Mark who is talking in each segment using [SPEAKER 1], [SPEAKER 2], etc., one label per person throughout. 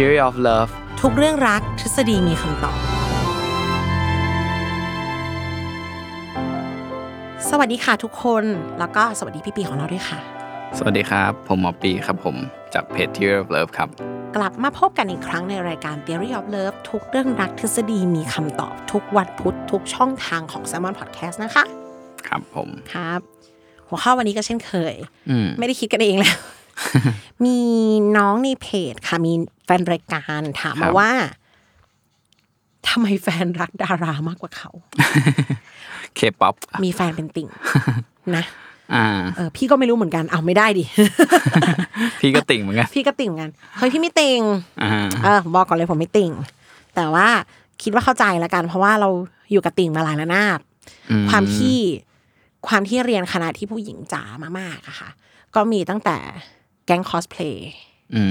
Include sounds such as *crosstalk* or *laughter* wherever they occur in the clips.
[SPEAKER 1] Theory of Love
[SPEAKER 2] ทุกเรื่องรักทฤษฎีมีคำตอบ สวัสดีค่ะทุกคน แล้วก็สวัสดีพี่ปีของเราด้วยค่ะ
[SPEAKER 1] สวัสดีครับ ผมหมอปีครับผม จากเพจ Theory of Love ครับ
[SPEAKER 2] กลับมาพบกันอีกครั้งในรายการ Theory of Love ทุกเรื่องรักทฤษฎีมีคำตอบ ทุกวันพุธทุกช่องทางของ s ซ l m o n Podcast นะคะ
[SPEAKER 1] ครับผม
[SPEAKER 2] ครับ หัวข้อวันนี้ก็เช่นเคย
[SPEAKER 1] อืม
[SPEAKER 2] ไม่ได้คิดกันเอง
[SPEAKER 1] *laughs*
[SPEAKER 2] แล้ว มีน้องในเพจค่ะ มีแฟนรายการถาม
[SPEAKER 1] ครั
[SPEAKER 2] มา
[SPEAKER 1] บ
[SPEAKER 2] ว่าทำไมแฟนรักดารามากกว่าเขา
[SPEAKER 1] เคป๊อป
[SPEAKER 2] มีแฟนเป็น
[SPEAKER 1] *laughs*
[SPEAKER 2] ติ่ง นะ
[SPEAKER 1] อ่า
[SPEAKER 2] เออพี่ก็ไม่รู้เหมือนกัน เอาไม่ได้ดิ
[SPEAKER 1] *laughs* พี่ก็ติ่งเหมือนกัน *laughs*
[SPEAKER 2] พี่ก็ติ่งเหมือนกัน เฮ้ยพี่ไม่ติ่ง
[SPEAKER 1] อ่า
[SPEAKER 2] เออบอกก่อนเลยผมไม่ติ่ง แต่ว่าคิดว่าเข้าใจละกัน เพราะว่าเราอยู่กับติ่งมาหลายระนาบ
[SPEAKER 1] อื
[SPEAKER 2] ความที่ความที่เรียนคณะที่ผู้หญิงจ๋ามากๆอะค่ะ ก็มีตั้งแต่แก๊งคอสเพลย์
[SPEAKER 1] อื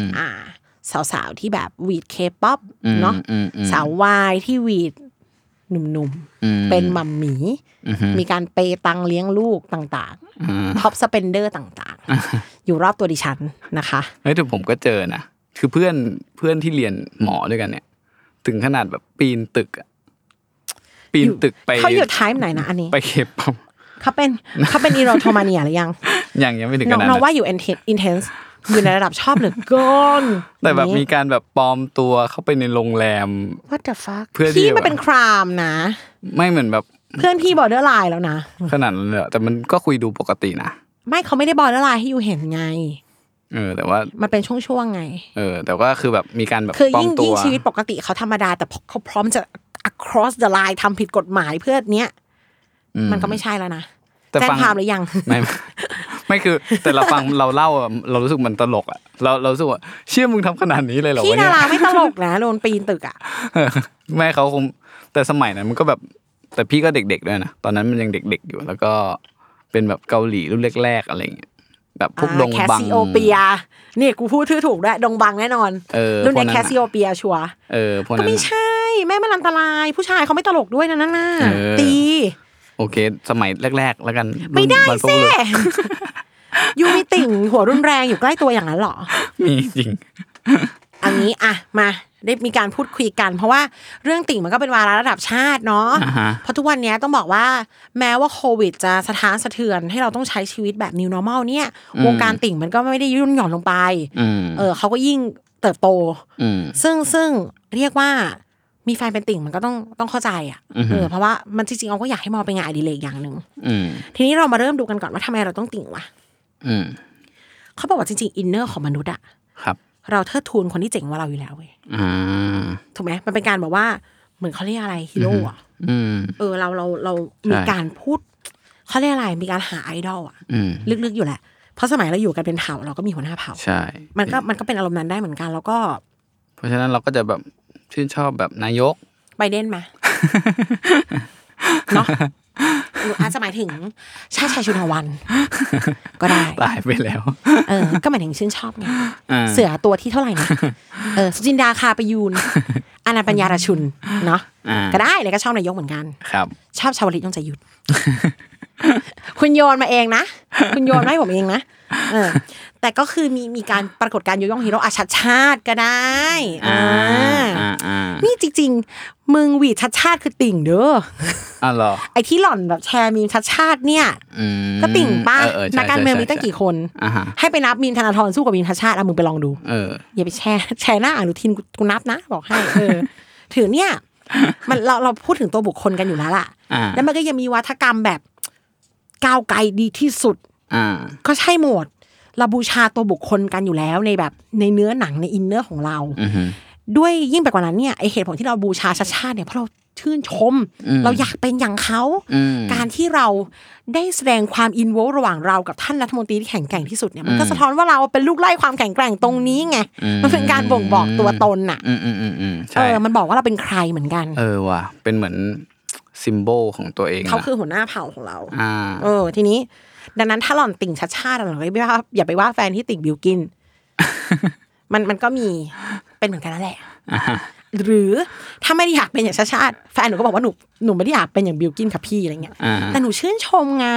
[SPEAKER 1] ม
[SPEAKER 2] อ่า สาวๆที่แบบวีดเคป๊อป
[SPEAKER 1] อืม
[SPEAKER 2] เนาะ
[SPEAKER 1] อืมอืม
[SPEAKER 2] สาววายที่วีดหนุ่ม
[SPEAKER 1] อื
[SPEAKER 2] ๆ เป็นมัมหมี
[SPEAKER 1] อือฮึ
[SPEAKER 2] มีการเปย์ตังค์เลี้ยงลูกต่าง
[SPEAKER 1] อ่า
[SPEAKER 2] ๆ ท็อปสเปนเดอร์ต่างๆ อยู่รอบตัวดิฉันนะคะ
[SPEAKER 1] เฮ้ยแต่ผมก็เจอนะคือเพื่อนเพื่อนที่เรียนหมอด้วยกันเนี่ย ถึงขนาดแบบปีนตึกอะปีนตึกไป
[SPEAKER 2] เขาอยู่ท้ายไหนนะอันนี้
[SPEAKER 1] ไปเคป๊อป
[SPEAKER 2] เขาเป็นเขาเป็นอีโรโทมาเนียหรือยัง
[SPEAKER 1] ยังยังไม่ถึงข
[SPEAKER 2] น้อง
[SPEAKER 1] นาด
[SPEAKER 2] น้อ
[SPEAKER 1] นั้
[SPEAKER 2] ง
[SPEAKER 1] น
[SPEAKER 2] ว่าอยู่ intense intense อยู่ในระดับชอบเหลือเกิน
[SPEAKER 1] แต่แบบมี
[SPEAKER 2] นี้
[SPEAKER 1] การแบบปลอมตัวเข้าไปในโรงแรม
[SPEAKER 2] what the fuck
[SPEAKER 1] เพื่อที่
[SPEAKER 2] พี่
[SPEAKER 1] จะแบบ
[SPEAKER 2] มันเป็นครามนะ
[SPEAKER 1] ไม่เหมือนแบบ
[SPEAKER 2] เพื่อนพี่บอร์เดอร์ไลน์แล้วนะ
[SPEAKER 1] ขนาดนั้นเลยอะแต่มันก็คุยดูปกตินะ
[SPEAKER 2] ไม่เขาไม่ได้บอร์เดอร์ไลน์ให้อยู่เห็นไง
[SPEAKER 1] เออ แต่ว่า
[SPEAKER 2] มันเป็นช่วงๆไง
[SPEAKER 1] เออ แต่ว่าคือแบบมีการแบบ
[SPEAKER 2] คือ
[SPEAKER 1] ปลอ
[SPEAKER 2] ยิ่
[SPEAKER 1] ม
[SPEAKER 2] ง
[SPEAKER 1] ตั
[SPEAKER 2] ยิ่
[SPEAKER 1] ว
[SPEAKER 2] งชีวิตปกติเขาธรรมดา แต่พอเขาพร้อมจะ across the line ทำผิดกฎหมายเพื่อเนี้ย
[SPEAKER 1] อื
[SPEAKER 2] มันก็ไม่ใช่แล้วนะ
[SPEAKER 1] แต่
[SPEAKER 2] แจ้ง
[SPEAKER 1] ฟัง
[SPEAKER 2] ความ
[SPEAKER 1] *laughs*
[SPEAKER 2] หรือยัง
[SPEAKER 1] ไม่ ไม่คือ แต่เราฟัง *laughs* เราเล่าอะเรารู้สึกมันตลกอ่ะเราเรารู้สึกว่าเชื่อมึงทำขนาดนี้เลยเหรอ
[SPEAKER 2] พี่
[SPEAKER 1] วะ
[SPEAKER 2] ดา
[SPEAKER 1] เนี่ย
[SPEAKER 2] รา
[SPEAKER 1] *laughs*
[SPEAKER 2] ไม่ตลกนะโดนปีนตึกอ่ะ
[SPEAKER 1] เออแม่เขาคงแต่สมัยนั้นมันก็แบบ แต่พี่ก็เด็กๆด้วยนะตอนนั้นมันยังเด็ก ๆอยู่ แล้วก็เป็นแบบเกาหลีรุ่นแรกๆอะไรอย่างเงี้ยแบบพวกดง
[SPEAKER 2] แคส
[SPEAKER 1] บัง
[SPEAKER 2] ซิโอเปียนี่กูพูดชื่อถูกด้วยดงบังแน่นอน
[SPEAKER 1] เออ
[SPEAKER 2] รุ่น
[SPEAKER 1] พวกนั้น
[SPEAKER 2] เนี้แคส
[SPEAKER 1] น่ะ
[SPEAKER 2] ซิโอเปียชัวร์
[SPEAKER 1] เออพวก
[SPEAKER 2] ก็
[SPEAKER 1] นั้น
[SPEAKER 2] ไม่
[SPEAKER 1] อะ
[SPEAKER 2] ใช่ แม่มันอันตราย ผู้ชายเขาไม่ตลกด้วยนะนั่นน่ะ
[SPEAKER 1] เออ
[SPEAKER 2] ตี
[SPEAKER 1] โอเค สมัยแรก ๆ แล้วกันรุ่น
[SPEAKER 2] ไม่ได้
[SPEAKER 1] บรรพบุ
[SPEAKER 2] เซ่
[SPEAKER 1] รุษ
[SPEAKER 2] ยูมีติ่งหัวรุนแรงอยู่ใกล้ตัวอย่างนั้นเหรอ
[SPEAKER 1] มีจริง
[SPEAKER 2] อันนี้อ่ะมา ได้มีการพูดคุยกัน เพราะว่าเรื่องติ่งมันก็เป็นวาระระดับชาติเนาะ
[SPEAKER 1] อ่าฮะ
[SPEAKER 2] เพราะทุกวันเนี้ยต้องบอกว่า แม้ว่าโควิดจะสะท้านสะเทือนให้เราต้องใช้ชีวิตแบบ new normal เนี่ยวงการติ่งมันก็ไม่ได้ยุ่นหย่อนลงไป
[SPEAKER 1] อืม
[SPEAKER 2] เออเขาก็ยิ่งเติบโต
[SPEAKER 1] อืม
[SPEAKER 2] ซึ่งซึ่งเรียกว่ามีแฟนเป็นติ่งมันก็ต้องต้องเข้าใจอ่ะ
[SPEAKER 1] อือฮึ
[SPEAKER 2] เออเพราะว่ามันจริงๆเราก็อยากให้มองเป็นงานอดิเรกอย่างหนึ่ง
[SPEAKER 1] อืม
[SPEAKER 2] ทีนี้เรามาเริ่มดูกันก่อนว่าทำไมเราต้องติ่งวะ
[SPEAKER 1] อืม
[SPEAKER 2] เขาบอกว่าจริงๆอินเนอร์ของมนุษย์อะ
[SPEAKER 1] ครับ
[SPEAKER 2] เราเทิดทูนคนที่เจ๋งกว่าเราอยู่แล้วเว้ย
[SPEAKER 1] อ่า
[SPEAKER 2] ถูกไหมมันเป็นการแบบว่าเหมือนเขาเรียกอะไรฮีโร่อะ
[SPEAKER 1] อืม
[SPEAKER 2] เออเราเราเรา
[SPEAKER 1] ใช่
[SPEAKER 2] มีการพูดเขาเรียกอะไรมีการหาไอดอลอะ
[SPEAKER 1] อืม
[SPEAKER 2] ลึกๆอยู่แหละ เพราะสมัยเราอยู่กันเป็นเผ่าเราก็มีหัวหน้าเผ่า
[SPEAKER 1] ใช่
[SPEAKER 2] มันก็มันก็เป็นอารมณ์นั้นได้เหมือนกันแล้วก็
[SPEAKER 1] เพราะฉะนั้นเราก็จะแบบชื่นชอบแบบนายก *laughs*
[SPEAKER 2] ไบเดนมา เนาะหรืออาจจะหมายถึงชาติชายชุน
[SPEAKER 1] *laughs*
[SPEAKER 2] วัน ก็ได้
[SPEAKER 1] ตายไปแล้ว *laughs*
[SPEAKER 2] เออ ก็หมายถึงชื่นชอบไง
[SPEAKER 1] อ่า
[SPEAKER 2] เสือตัวที่เท่าไหร่นะเออสุจินดาคาประยู
[SPEAKER 1] *laughs*
[SPEAKER 2] นอานันต์ปัญญาราชุน เนาะ
[SPEAKER 1] อ่า
[SPEAKER 2] ก็ได้เลยก็ชอบนายกเหมือนกัน
[SPEAKER 1] ครับ
[SPEAKER 2] ชอบชาวลิตต้องใจหยุด คุณโยนมาเองนะ คุณโยนมาให้ผมเองนะเออ แต่ก็คือมีมีการปรากฏการณ์ยกย่องฮีโร่อาชัดชาติก็ได้ อ่า
[SPEAKER 1] อ่าอ่า
[SPEAKER 2] นี่จริง มึงหวีดชัดชาติคือติ่งเด้อ
[SPEAKER 1] อ่ะเหรอ
[SPEAKER 2] ไอ้ที่หล่อนแบบแชร์มีมชัดชาติเนี่ย
[SPEAKER 1] อืม
[SPEAKER 2] ก็ติ่งป้า
[SPEAKER 1] เออเออใช่
[SPEAKER 2] นักการเมืองมีตั้ง
[SPEAKER 1] ใช่
[SPEAKER 2] กี่คน
[SPEAKER 1] อ่ะฮะ
[SPEAKER 2] ให้ไปนับมีนธนาธรสู้กับมีนชัดชาติอ่ะมึงไปลองดู
[SPEAKER 1] เออ
[SPEAKER 2] อย่าไปแชร์ *laughs* แชร์หน้าอนุทินกูกูนับนะ บอกให้เอ
[SPEAKER 1] *laughs*
[SPEAKER 2] อ ถือเนี่ย มันเราเราพูดถึงตัวบุคคลกันอยู่แล้วล่ะ
[SPEAKER 1] อ่า
[SPEAKER 2] แล้วมันก็ยังมีวัฒกรรมแบบก้าวไกลดีที่สุด
[SPEAKER 1] อ่า
[SPEAKER 2] ก็ใช่หมด เราบูชาตัวบุคคลกันอยู่แล้วในแบบในเนื้อหนังในอินเนอร์ของเรา
[SPEAKER 1] อือหือ
[SPEAKER 2] ด้วยยิ่งไปกว่านั้นเนี่ยไอเหตุผลที่เราบูชาชาชาติเนี่ยเพราะเราชื่นชม
[SPEAKER 1] อืม
[SPEAKER 2] เราอยากเป็นอย่างเขา
[SPEAKER 1] อืม
[SPEAKER 2] การที่เราได้แสดงความอินโวระหว่างเรากับท่านรัฐมนตรีที่แข็งแกร่งที่สุดเนี่ยมันก็
[SPEAKER 1] อืม
[SPEAKER 2] สะท้อนว่าเราเป็นลูกไล่ความแข็งแกร่งตรงนี้ไงมันเป็นการบ่งบอกตัวตนน่ะ
[SPEAKER 1] อืมอืมอืมอืม
[SPEAKER 2] เอ
[SPEAKER 1] ใช่
[SPEAKER 2] อมันบอกว่าเราเป็นใครเหมือนกัน
[SPEAKER 1] เออว่ะเป็นเหมือนซิมโบลของตัวเองนะ
[SPEAKER 2] เขาคือหัวหน้าเผ่าของเรา
[SPEAKER 1] อ่า
[SPEAKER 2] เออ ทีนี้ ดังนั้นถ้าหล่อนติ่งชัดชาติหล่อนไม่ว่าอย่าไปว่าแฟนที่ติ่งบิว
[SPEAKER 1] *laughs*
[SPEAKER 2] กิน มันมันก็มีเป็นเหมือนกันนั่นแหละ หรือถ้าไม่ได้อยากเป็นอย่างชาชาติแฟนหนูก็บอกว่าหนูหนูไม่ได้อยากเป็นอย่างบิวกินค่ะพี่อะไรเงี้ย
[SPEAKER 1] อ่า
[SPEAKER 2] แต่หนูชื่นชมไง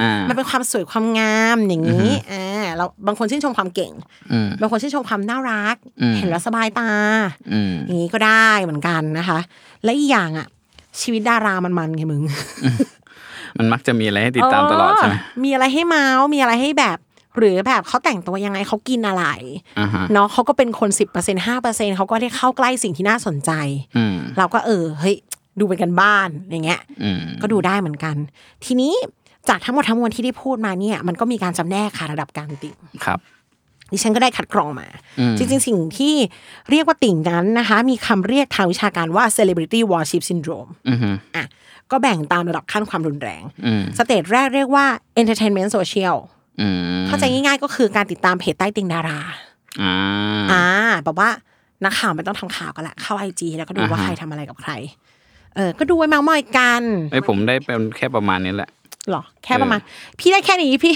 [SPEAKER 1] อ่ามั
[SPEAKER 2] มันเป็นความสวยความงามอย่างนี้อ่าเราบางคนชื่นชมความเก่ง
[SPEAKER 1] อืม
[SPEAKER 2] บางคนชื่นชมความน่ารัก
[SPEAKER 1] อืม
[SPEAKER 2] เห็นแล้วสบายตา
[SPEAKER 1] อืม
[SPEAKER 2] อย่างนี้ก็ได้เหมือนกันนะคะ และอีกอย่างอ่ะ ชีวิตดารามันมันๆไงมึง
[SPEAKER 1] มันมักจะมีอะไรให้ติดตามตลอดใช่ไหม
[SPEAKER 2] เออมีอะไรให้เมาส์มีอะไรให้แบบ หรือแบบเขาแต่งตัวยังไงเขากินอะไร
[SPEAKER 1] อ่าฮะ
[SPEAKER 2] เนาะเขาก็เป็นคน10% 5%เขาก็ได้เข้าใกล้สิ่งที่น่าสนใจ
[SPEAKER 1] อืม
[SPEAKER 2] เราก็เออเฮ้ยดูเป็นกันบ้านอย่างเงี้ย
[SPEAKER 1] อืม
[SPEAKER 2] ก็ดูได้เหมือนกัน ทีนี้จากทั้งหมดทั้งมวลที่ได้พูดมาเนี่ย มันก็มีการจำแนกค่ะระดับการติ่ง
[SPEAKER 1] ครับ
[SPEAKER 2] ดิฉันก็ได้คัดกรองมา จริงๆ สิ่งที่เรียกว่าติ่งนั้นนะคะ มีคำเรียกทางวิชาการว่า celebrity worship syndrome
[SPEAKER 1] อือฮึ
[SPEAKER 2] อ่ะก็แบ่งตามระดับขั้นความรุนแรง
[SPEAKER 1] อืม
[SPEAKER 2] สเตจแรกเรียกว่า entertainment social
[SPEAKER 1] อืม
[SPEAKER 2] เข้าใจง่ายๆก็คือการติดตามเพจใต้เติงดารา
[SPEAKER 1] อ่า
[SPEAKER 2] อ่าแบบว่านักข่าวไม่ต้องทำข่าวกันละเข้าไอจีแล้วก็ดูว่า
[SPEAKER 1] อ่าฮะ
[SPEAKER 2] ใครทำอะไรกับใคร เออ ก็ดูไว้เมามอยกัน
[SPEAKER 1] ไอยผมได้เป็นแค่ประมาณนี้แหละ
[SPEAKER 2] หรอ แค่ประมาณ พี่ได้แค่นี้พี่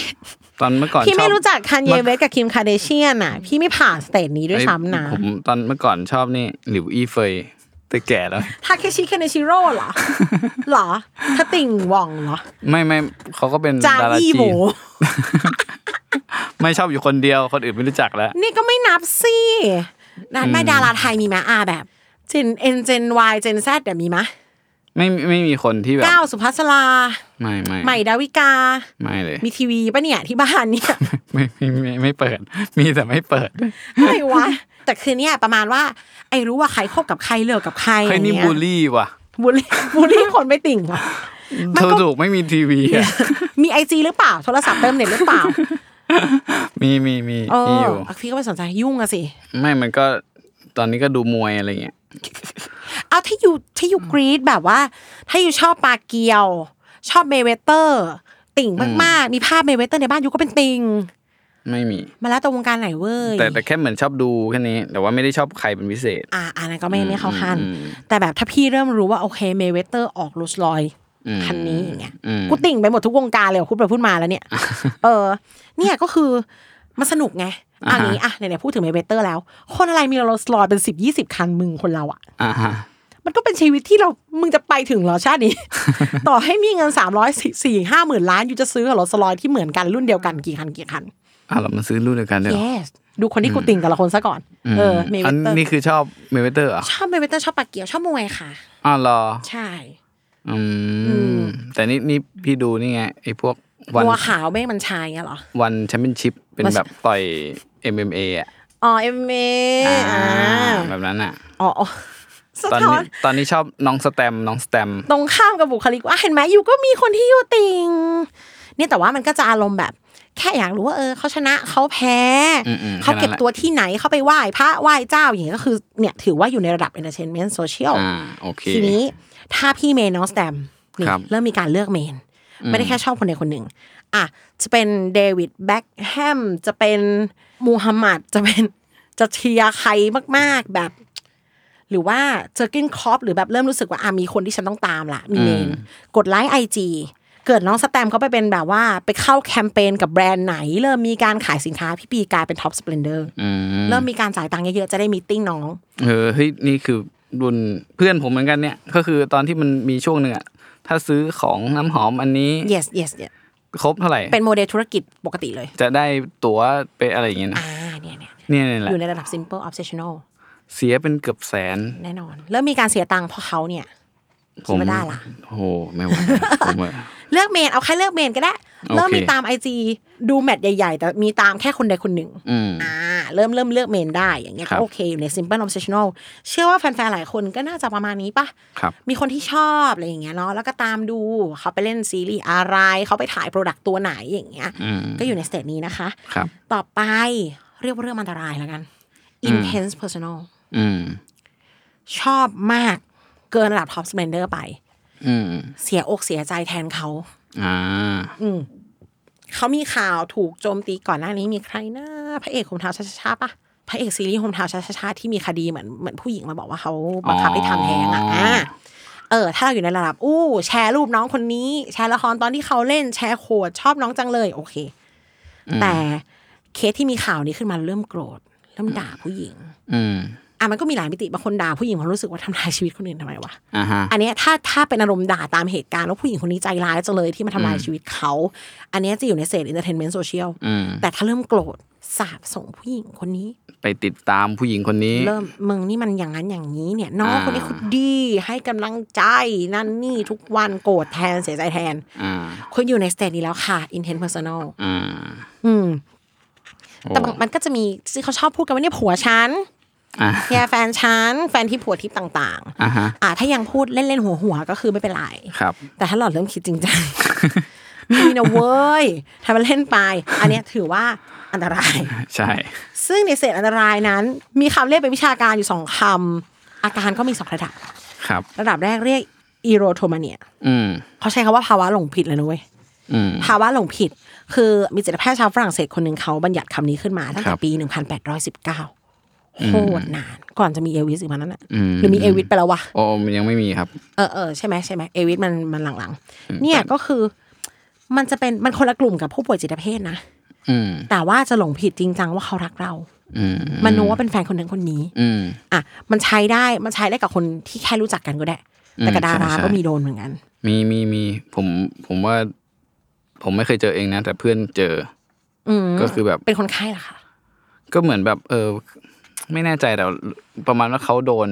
[SPEAKER 1] ตอนเมื่อก่อน
[SPEAKER 2] พี่ไม่
[SPEAKER 1] ชอบ
[SPEAKER 2] รู้จักคันเยเวสกับคิมคาเดเชียนอ่ะ พี่ไม่ผ่านสเตจนี้ด้วย
[SPEAKER 1] เอ้
[SPEAKER 2] ซ้ำนะ
[SPEAKER 1] ผมตอนเมื่อก่อนชอบนี่หลิวอี้เฟยแต่แก่แล้ว
[SPEAKER 2] ทาเคชิคาเนชิโร่
[SPEAKER 1] *laughs*
[SPEAKER 2] เหรอ เหรอถ้าติ่งหว่องเหรอ
[SPEAKER 1] ไม่ไม่เขาก็เป็น
[SPEAKER 2] จาง
[SPEAKER 1] ดารา
[SPEAKER 2] ยี่
[SPEAKER 1] จี
[SPEAKER 2] หมู
[SPEAKER 1] น *laughs* ไม่ชอบอยู่คนเดียวคนอื่นไม่รู้จักแล้ว
[SPEAKER 2] *laughs* นี่ก็ไม่นับสินะไม่ดาราไทยมีไหมอาแบบเจนเอ็นเจนวายเจนแซดเดี๋ยวมีไหม
[SPEAKER 1] ไม่ไม่มีคนที่แบบ
[SPEAKER 2] ก้าวสุภัสรา
[SPEAKER 1] ไม่ไม่
[SPEAKER 2] ใหม่ดาวิกา
[SPEAKER 1] ไม่เลย
[SPEAKER 2] มีทีวีปะเนี่ยที่บ้านเนี่ย
[SPEAKER 1] *laughs* ไม่ไม่ไม่ไม่เปิด มีแต่ไม่เปิด
[SPEAKER 2] อะไรวะ แต่คือเนี่ยประมาณว่า ไอ้รู้ว่าใครคบกับใครเลิกกับใคร
[SPEAKER 1] เฮ้ยนี่
[SPEAKER 2] อย่าง
[SPEAKER 1] บู
[SPEAKER 2] เงี้
[SPEAKER 1] ล
[SPEAKER 2] ย
[SPEAKER 1] ลี่ว่ะ
[SPEAKER 2] บูลลี่ *laughs* บูลลี่คนไม่ติ่งว่ะ มั
[SPEAKER 1] เธ
[SPEAKER 2] นก็
[SPEAKER 1] อถูกไม่มีทีวีอะ
[SPEAKER 2] มีไอจีหรือเปล่า โทรศัพท์เติมเน็ตหรือเปล่า
[SPEAKER 1] มีมีมี
[SPEAKER 2] เอ
[SPEAKER 1] มี
[SPEAKER 2] อ
[SPEAKER 1] อยู่
[SPEAKER 2] พี่ก็ไม่สนใจยุ่งอะสิ
[SPEAKER 1] ไม่มันก็ตอนนี้ก็ดูมวยอะไรเงี้ย
[SPEAKER 2] เอาถ้าอยู่ถ้าอยู่กรีดแบบว่า ถ้าอยู่ชอบปาเกียว ชอบเมเวเตอร์ ติ่งมากๆ มีภาพเมเวเตอร์ในบ้านอยู่ก็เป็นติ่ง
[SPEAKER 1] ไม่มี
[SPEAKER 2] มาแล้วแตัววงการไหนเว้ย
[SPEAKER 1] แต่แต่แค่เหมือนชอบดูแค่นี้ แต่ว่าไม่ได้ชอบใครเป็นพิเศษ
[SPEAKER 2] อ่าอันนั้นก็ไม่ไม่เข้าขั้น
[SPEAKER 1] อืม
[SPEAKER 2] แต่แบบถ้าพี่เริ่มรู้ว่าโอเคเมเวเตอร์ออกรสลอยคันนี้อย่างเงี้ย
[SPEAKER 1] อืม
[SPEAKER 2] กูติ่งไปหมดทุกวงการเลยอะคุณไปพูดมาแล้วเนี่ย เออ เนี่ยก็คือมันสนุกไงอันนี้อ่ะไหนๆพูดถึงเมเวเตอร์แล้ว คนอะไรมีรสลอยเป็นสิบยี่สิบคันมึงคนเราอ่ะ
[SPEAKER 1] อ่าฮะ
[SPEAKER 2] มันก็เป็นชีวิตที่เรามึงจะไปถึงเหรอชาตินี้
[SPEAKER 1] *laughs*
[SPEAKER 2] ต่อให้มีเงินสามร้อยสี่ห้าหมื่นล้านอยู่จะซื้อรสลอยที่เหมือนกันรุ่นเดียวกันกี่คันกี่คัน
[SPEAKER 1] อ่ะเรามาซื้อรุ่นเดียวกันด้วยเหรอ
[SPEAKER 2] yes ดูคนที่กูติ่งแต่ละคนซะก่อนเออเมเว
[SPEAKER 1] อัน
[SPEAKER 2] เตอร์
[SPEAKER 1] นี้คือชอบเมเวเตอร์เหรอ่ะ
[SPEAKER 2] ชอบเมเวเตอร์ชอบปากเกียวชอบมวยค่ะ
[SPEAKER 1] อ้าวเหรอ
[SPEAKER 2] ใช่
[SPEAKER 1] อืม แต่นี่นี่พี่ดูนี่ไงไอ้พวกวัน
[SPEAKER 2] มัวขาวเมฆมันชายเงี้ยเหรอ
[SPEAKER 1] วันแชมเปี้ยนชิพเป็น
[SPEAKER 2] วัน
[SPEAKER 1] แบบต่อย MMA อ่ะ
[SPEAKER 2] อ๋อเอ็มเอ
[SPEAKER 1] อ่า
[SPEAKER 2] อ่า
[SPEAKER 1] แบบนั้นอ่ะ
[SPEAKER 2] อ๋ออ๋อ *laughs* สะ
[SPEAKER 1] ตอน
[SPEAKER 2] ท้อ
[SPEAKER 1] นี้
[SPEAKER 2] น
[SPEAKER 1] ตอนนี้ชอบน้องสแตมน้องสแตม
[SPEAKER 2] ตรงข้ามกับบุคลิกว่าเห็นไหมอยู่ก็มีคนที่อยู่ติงเนี่ยแต่ว่ามันก็จะอารมณ์แบบ แค่อยากรู้ว่าเออเขาชนะเขาแพ้
[SPEAKER 1] อืมอืม
[SPEAKER 2] เขาเก็บ
[SPEAKER 1] แค่นั้นแหละ
[SPEAKER 2] ตัวที่ไหนเขาไปไหว้พระไหว้เจ้าอย่างเงี้ยก็คือเนี่ยถือว่าอยู่ในระดับ entertainment social
[SPEAKER 1] อ่าโอเค
[SPEAKER 2] ทีนี้ถ้าพี่เมย์น้องสแตมนี่
[SPEAKER 1] ครับ
[SPEAKER 2] เริ่มมีการเลือกเมน ไม่ได้แค่ชอบคนใดคนหนึ่ง อ่ะ จะเป็นเดวิดแบ็กแฮมจะเป็นมูฮัมหมัดจะเป็นจะเชียร์ใครมาก ๆ แบบ หรือว่าเจอร์กินคอปหรือแบบเริ่มรู้สึกว่าอ่ะมีคนที่ฉันต้องตามละมีเมน กดไลค์ไอจีเกิดน้องสแตมเขาไปเป็นแบบว่า ไปเข้าแคมเปญกับแบรนด์ไหน เริ่มมีการขายสินค้าพี่ปีกลายเป็นท็อปสเปนเดอร์
[SPEAKER 1] อืม
[SPEAKER 2] เริ่มมีการจ่ายตังค์เยอะๆจะได้มีตติ้งน้อง
[SPEAKER 1] เออเฮ้ยนี่คือรุ่นเพื่อนผมเหมือนกันเนี่ย ก็คือตอนที่มันมีช่วงหนึ่งอะถ้าซื้อของน้ำหอมอันนี้
[SPEAKER 2] yes yes yes
[SPEAKER 1] ครบเท่าไหร่
[SPEAKER 2] เป็นโมเดลธุรกิจปกติเลย
[SPEAKER 1] จะได้ตั๋วไปอะไรอย่างเงี้ยนะ
[SPEAKER 2] อ่าเนี่ยเนี่ย
[SPEAKER 1] เนี่ยนี่แหละ
[SPEAKER 2] อยู่ในระดับ simple obsessional
[SPEAKER 1] เสียเป็นเกือบแสน
[SPEAKER 2] แน่นอน แล้วมีการเสียตังค์เพราะเขาเนี่ย คิดว่าได้ล่ะ
[SPEAKER 1] โอ้โหไม่ไหวผมอะ *laughs*
[SPEAKER 2] เลือกเมนเอาแค่เลือกเมนก็ได้
[SPEAKER 1] โอเค
[SPEAKER 2] เริ่มมีตามไอจีดูแมทใหญ่ ๆ แต่มีตามแค่คนใดคนหนึ่ง
[SPEAKER 1] อืม
[SPEAKER 2] อ่าเริ่มเริ่มเลือกเมนได้อย่างเงี้ย
[SPEAKER 1] ครับ
[SPEAKER 2] ก็โอเคอยู่ใน simple obsessional เชื่อว่าแฟนๆหลายคนก็น่าจะประมาณนี้ปะ
[SPEAKER 1] ครับ
[SPEAKER 2] มีคนที่ชอบอะไรอย่างเงี้ยเนาะแล้วก็ตามดูเขาไปเล่นซีรีส์อะไร เขาไปถ่ายโปรดักต์ตัวไหนอย่างเงี้ย
[SPEAKER 1] อืม
[SPEAKER 2] ก็อยู่ในสเตจนี้นะคะ
[SPEAKER 1] ครับ
[SPEAKER 2] ต่อไปเรียกว่าเรื่องอันตรายแล้วกัน
[SPEAKER 1] อืม
[SPEAKER 2] intense personal
[SPEAKER 1] อืม
[SPEAKER 2] ชอบมากเกินระดับ top spender ไป
[SPEAKER 1] อืม
[SPEAKER 2] เสียอกเสียใจแทนเขา
[SPEAKER 1] อ่า
[SPEAKER 2] อืมเขามีข่าวถูกโจมตีก่อนหน้านี้มีใครนะพระเอกโฮมทาวน์ช้าๆปะพระเอกซีรีส์โฮมทาวน์ช้าๆที่มีคดีเหมือนเหมือนผู้หญิงมาบอกว่าเขาบังคับให้ทำแท้งอะ
[SPEAKER 1] อ๋ออ่
[SPEAKER 2] ่ะเออ ถ้าเราอยู่ในระดับอู้แชร์รูปน้องคนนี้ แชร์ละครตอนที่เขาเล่นแชร์โขดชอบน้องจังเลย โอเค แต่เคสที่มีข่าวนี้ขึ้นมาเริ่มโกรธเริ่มด่าผู้หญิง
[SPEAKER 1] อืม
[SPEAKER 2] อ่ะมันก็มีหลายมิติบางคนด่าผู้หญิงเพราะรู้สึกว่าทำลายชีวิตคนอื่นทำไมวะ
[SPEAKER 1] อ่าฮะ
[SPEAKER 2] อันเนี้ยถ้าถ้าเป็นอารมณ์ด่าตามเหตุการณ์ว่าผู้หญิงคนนี้ใจร้ายจังเลยที่มาทำลายชีวิตเขา อันเนี้ยจะอยู่ในเศษอินเตอร์เทนเมนต์โซเชียล
[SPEAKER 1] อืม
[SPEAKER 2] แต่ถ้าเริ่มโกรธสาบส่งผู้หญิงคนนี้
[SPEAKER 1] ไปติดตามผู้หญิงคนนี้
[SPEAKER 2] เริ่มมึงนี่มันอย่างนั้นอย่างนี้เนี่ยน้อง
[SPEAKER 1] อ่า
[SPEAKER 2] คนนี้คุณดีให้กำลังใจนั่นนี่ทุกวันโกรธแทนเสียใจแทน
[SPEAKER 1] อ่า
[SPEAKER 2] คุณอยู่ในสเตจนี้แล้วค่ะ intent personal
[SPEAKER 1] อ่า
[SPEAKER 2] อืม
[SPEAKER 1] โอ้
[SPEAKER 2] แต่บางมันก็จะมีที่เขาชอบพูดกันว่าเนี่ยผัวฉัน
[SPEAKER 1] อ่า
[SPEAKER 2] เนี่ยแฟนฉันแฟนที่ผัวทิพย์ต่าง
[SPEAKER 1] อ่าฮะ
[SPEAKER 2] ๆ อ่าถ้ายังพูดเล่นๆหัวหัวๆก็คือไม่เป็นไร
[SPEAKER 1] ครับ *laughs*
[SPEAKER 2] แต่ถ้าหลอดเริ่มคิดจริงจัง *laughs* มีนะเว้ยทำมันเล่นไป อันเนี้ยถือว่าอันตราย
[SPEAKER 1] ใช่
[SPEAKER 2] ซึ่งในเศษอันตรายนั้น มีคำเรียกเป็นวิชาการอยู่สองคำ อาการก็มีสองระดับ
[SPEAKER 1] ครับ
[SPEAKER 2] ระดับแรกเรียกอีโรโทมาเนีย
[SPEAKER 1] อืม
[SPEAKER 2] เขาใช้คำว่าภาวะหลงผิดเลยนุ้ย
[SPEAKER 1] อืม
[SPEAKER 2] ภาวะหลงผิด คือมีจิตแพทย์ชาวฝรั่งเศสคนหนึ่งเขาบัญญัติคำนี้ขึ้นมาตั้ง
[SPEAKER 1] ครั
[SPEAKER 2] แต่
[SPEAKER 1] บ
[SPEAKER 2] ปี 1819โคตรนาน ก่อนจะมีเอลวิสอีกมานั้นน่ะ
[SPEAKER 1] อืม
[SPEAKER 2] หรือมีเอลวิสไปแล้ววะ
[SPEAKER 1] โอ้มันยังไม่มีครับ
[SPEAKER 2] เออเออใช่ไหมใช่ไหมเอวิสมันมันหลังๆ เนี่ยก็คือมันจะเป็นมันคนละกลุ่มกับผู้ป่วยจิตเภทนะ
[SPEAKER 1] อืม
[SPEAKER 2] แต่ว่าจะหลงผิดจริงจังว่าเขารักเรา
[SPEAKER 1] อืม
[SPEAKER 2] มันโน้ว่าเป็นแฟนคนนั้นคนนี้
[SPEAKER 1] อืม
[SPEAKER 2] อ่ะ มันใช้ได้มันใช้ได้กับคนที่แค่รู้จักกันก็ได้ แต่กั
[SPEAKER 1] อื
[SPEAKER 2] บ
[SPEAKER 1] ม
[SPEAKER 2] ดา
[SPEAKER 1] ใช่
[SPEAKER 2] รา
[SPEAKER 1] ใช่
[SPEAKER 2] ก็มีโดนเหมือนกัน
[SPEAKER 1] มีมีมีผมผมว่า ผมไม่เคยเจอเองนะ แต่เพื่อนเจอ
[SPEAKER 2] อืม
[SPEAKER 1] ก็คือแบบ
[SPEAKER 2] เป็นคนไข้เหรอคะ
[SPEAKER 1] ก็เหมือนแบบ เออ ไม่แน่ใจแต่ประมาณว่าเขาโดน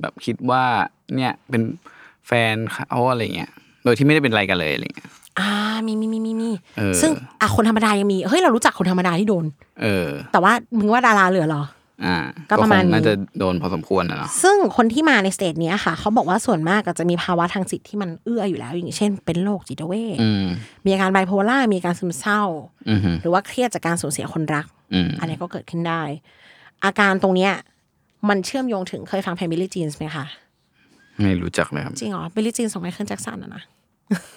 [SPEAKER 1] แบบคิดว่า เนี่ยเป็นแฟนเขาอะไรเงี้ย โดยที่ไม่ได้เป็นอะไรกันเลยอะไรเงี้ย
[SPEAKER 2] อ่ามีมีมีมีมี
[SPEAKER 1] เออ
[SPEAKER 2] ซึ่งอ่ะคนธรรมดายังมีเฮ้ยเรารู้จักคนธรรมดาที่โดน
[SPEAKER 1] เออ
[SPEAKER 2] แต่ว่ามึงว่าดาราเหลือเหรอ
[SPEAKER 1] อ่า
[SPEAKER 2] ก็ประมาณ
[SPEAKER 1] คง
[SPEAKER 2] นี้
[SPEAKER 1] น่าจะโดนพอสมควรนะเนาะ
[SPEAKER 2] ซึ่งคนที่มาในสเตจเนี้ยค่ะเขาบอกว่าส่วนมากก็จะมีภาวะทางจิตที่มันเอื้ออยู่แล้ว อย่างเช่น เป็นโรคจิตเวช
[SPEAKER 1] อืม
[SPEAKER 2] มีอาการไบโพล่ามีอาการซึมเศร้า
[SPEAKER 1] อืมฮึ
[SPEAKER 2] หรือว่าเครียดจากการสูญเสียคนรัก
[SPEAKER 1] อืม
[SPEAKER 2] อะไรก็เกิดขึ้นได้ อาการตรงเนี้ยมันเชื่อมโยงถึงเคยฟังเพลงบิลลี่จีนส์ไหมคะ
[SPEAKER 1] ไม่รู้จักเลยครับ
[SPEAKER 2] จริงเหรอบิลลี่จีนส์ของไมเคิลแจ็คสันอะนะ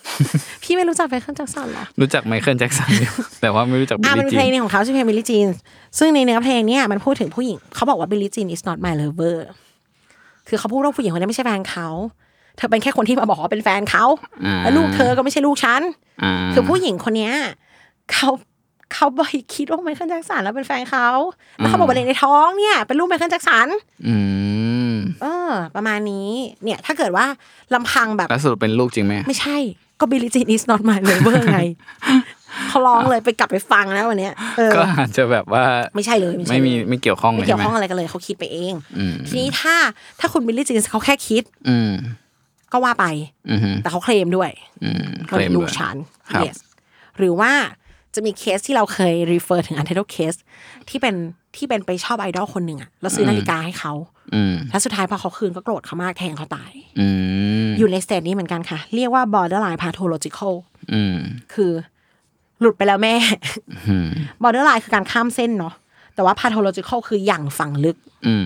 [SPEAKER 2] *laughs* พี่ไม่รู้จักไมเคิลแจ็คสันเหรอ
[SPEAKER 1] รู้จักไมเคิลแจ็คสัน
[SPEAKER 2] *laughs*
[SPEAKER 1] อยู่ แต่ว่าไม่รู้จักบิล
[SPEAKER 2] อ่ะมั
[SPEAKER 1] ลี่
[SPEAKER 2] นเป็น
[SPEAKER 1] จี
[SPEAKER 2] เพลงห
[SPEAKER 1] น
[SPEAKER 2] นึงของเขาชื่อเพลงบิลลี่จีนส์ซึ่งในเนื้อเพลงเนี้ยมันพูดถึงผู้หญิงเขาบอกว่าบิลลี่จีน is not my lover คือเขาพูดว่าผู้หญิงคนนี้ไม่ใช่แฟนเขาเธอเป็นแค่คนที่มาบอกว่าเป็นแฟนเขา
[SPEAKER 1] อ่า
[SPEAKER 2] และลูกเธอก็ไม่ใช่ลูกฉัน
[SPEAKER 1] อ่า
[SPEAKER 2] คือผู้หญิงคนเนี้ยเขาเขาไปคิดว่าไมเคิลแจ็คสันแล้วเป็นแฟนเขาแล้วเขาบอกว่าเด็กในท้องเนี่ยเป็นลูกไมเคิลแจ็คสัน
[SPEAKER 1] อืม
[SPEAKER 2] เออ ประมาณนี้ เนี่ยถ้าเกิดว่าลำพัง
[SPEAKER 1] *laughs*
[SPEAKER 2] แบบ
[SPEAKER 1] แล้วสรุปเป็นลูกจริงไหม
[SPEAKER 2] ไม่ใช่ ก็บิลลิจิน is not my lover
[SPEAKER 1] *laughs*
[SPEAKER 2] ไงเขาร้องเลยไปกลับไปฟังนะวันเนี้ยเออ
[SPEAKER 1] ก็อาจจะแบบว่า
[SPEAKER 2] ไม่ใช่เลยใช่
[SPEAKER 1] ไม่มีไม่เกี่ยวข้อง
[SPEAKER 2] ไม่
[SPEAKER 1] เลย
[SPEAKER 2] เกี่ย
[SPEAKER 1] ใช่ไหม
[SPEAKER 2] วข้องอะไรกันเลยเขาคิดไปเอง
[SPEAKER 1] อืม
[SPEAKER 2] ทีนี้ถ้าถ้าคุณบิลลิจินเขาแค่คิด
[SPEAKER 1] อืม
[SPEAKER 2] ก็ว่าไป
[SPEAKER 1] อืมฮึ
[SPEAKER 2] แต่เขาเคลมด้วย
[SPEAKER 1] อืมเค
[SPEAKER 2] มัน
[SPEAKER 1] ลม
[SPEAKER 2] ลู
[SPEAKER 1] ด้
[SPEAKER 2] ก
[SPEAKER 1] วย
[SPEAKER 2] ฉัน
[SPEAKER 1] ครับ
[SPEAKER 2] yes หรือว่าจะมีเคสที่เราเคย refer ถึง untitled case ที่เป็นที่เป็นไปชอบไอดอลคนหนึ่งอะแล้วซื้อนาฬิกาให้เขา
[SPEAKER 1] อืม
[SPEAKER 2] แล้วสุดท้ายพอเขาคืนก็โกรธเขามากแทงเขาตาย
[SPEAKER 1] อืม
[SPEAKER 2] อยู่ในสเตจนี้เหมือนกันค่ะ เรียกว่า borderline pathological
[SPEAKER 1] อืม
[SPEAKER 2] คือหลุดไปแล้วแม่
[SPEAKER 1] อืม
[SPEAKER 2] borderline คือการข้ามเส้นเนาะแต่ว่า pathological คืออย่างฝังลึก
[SPEAKER 1] อืม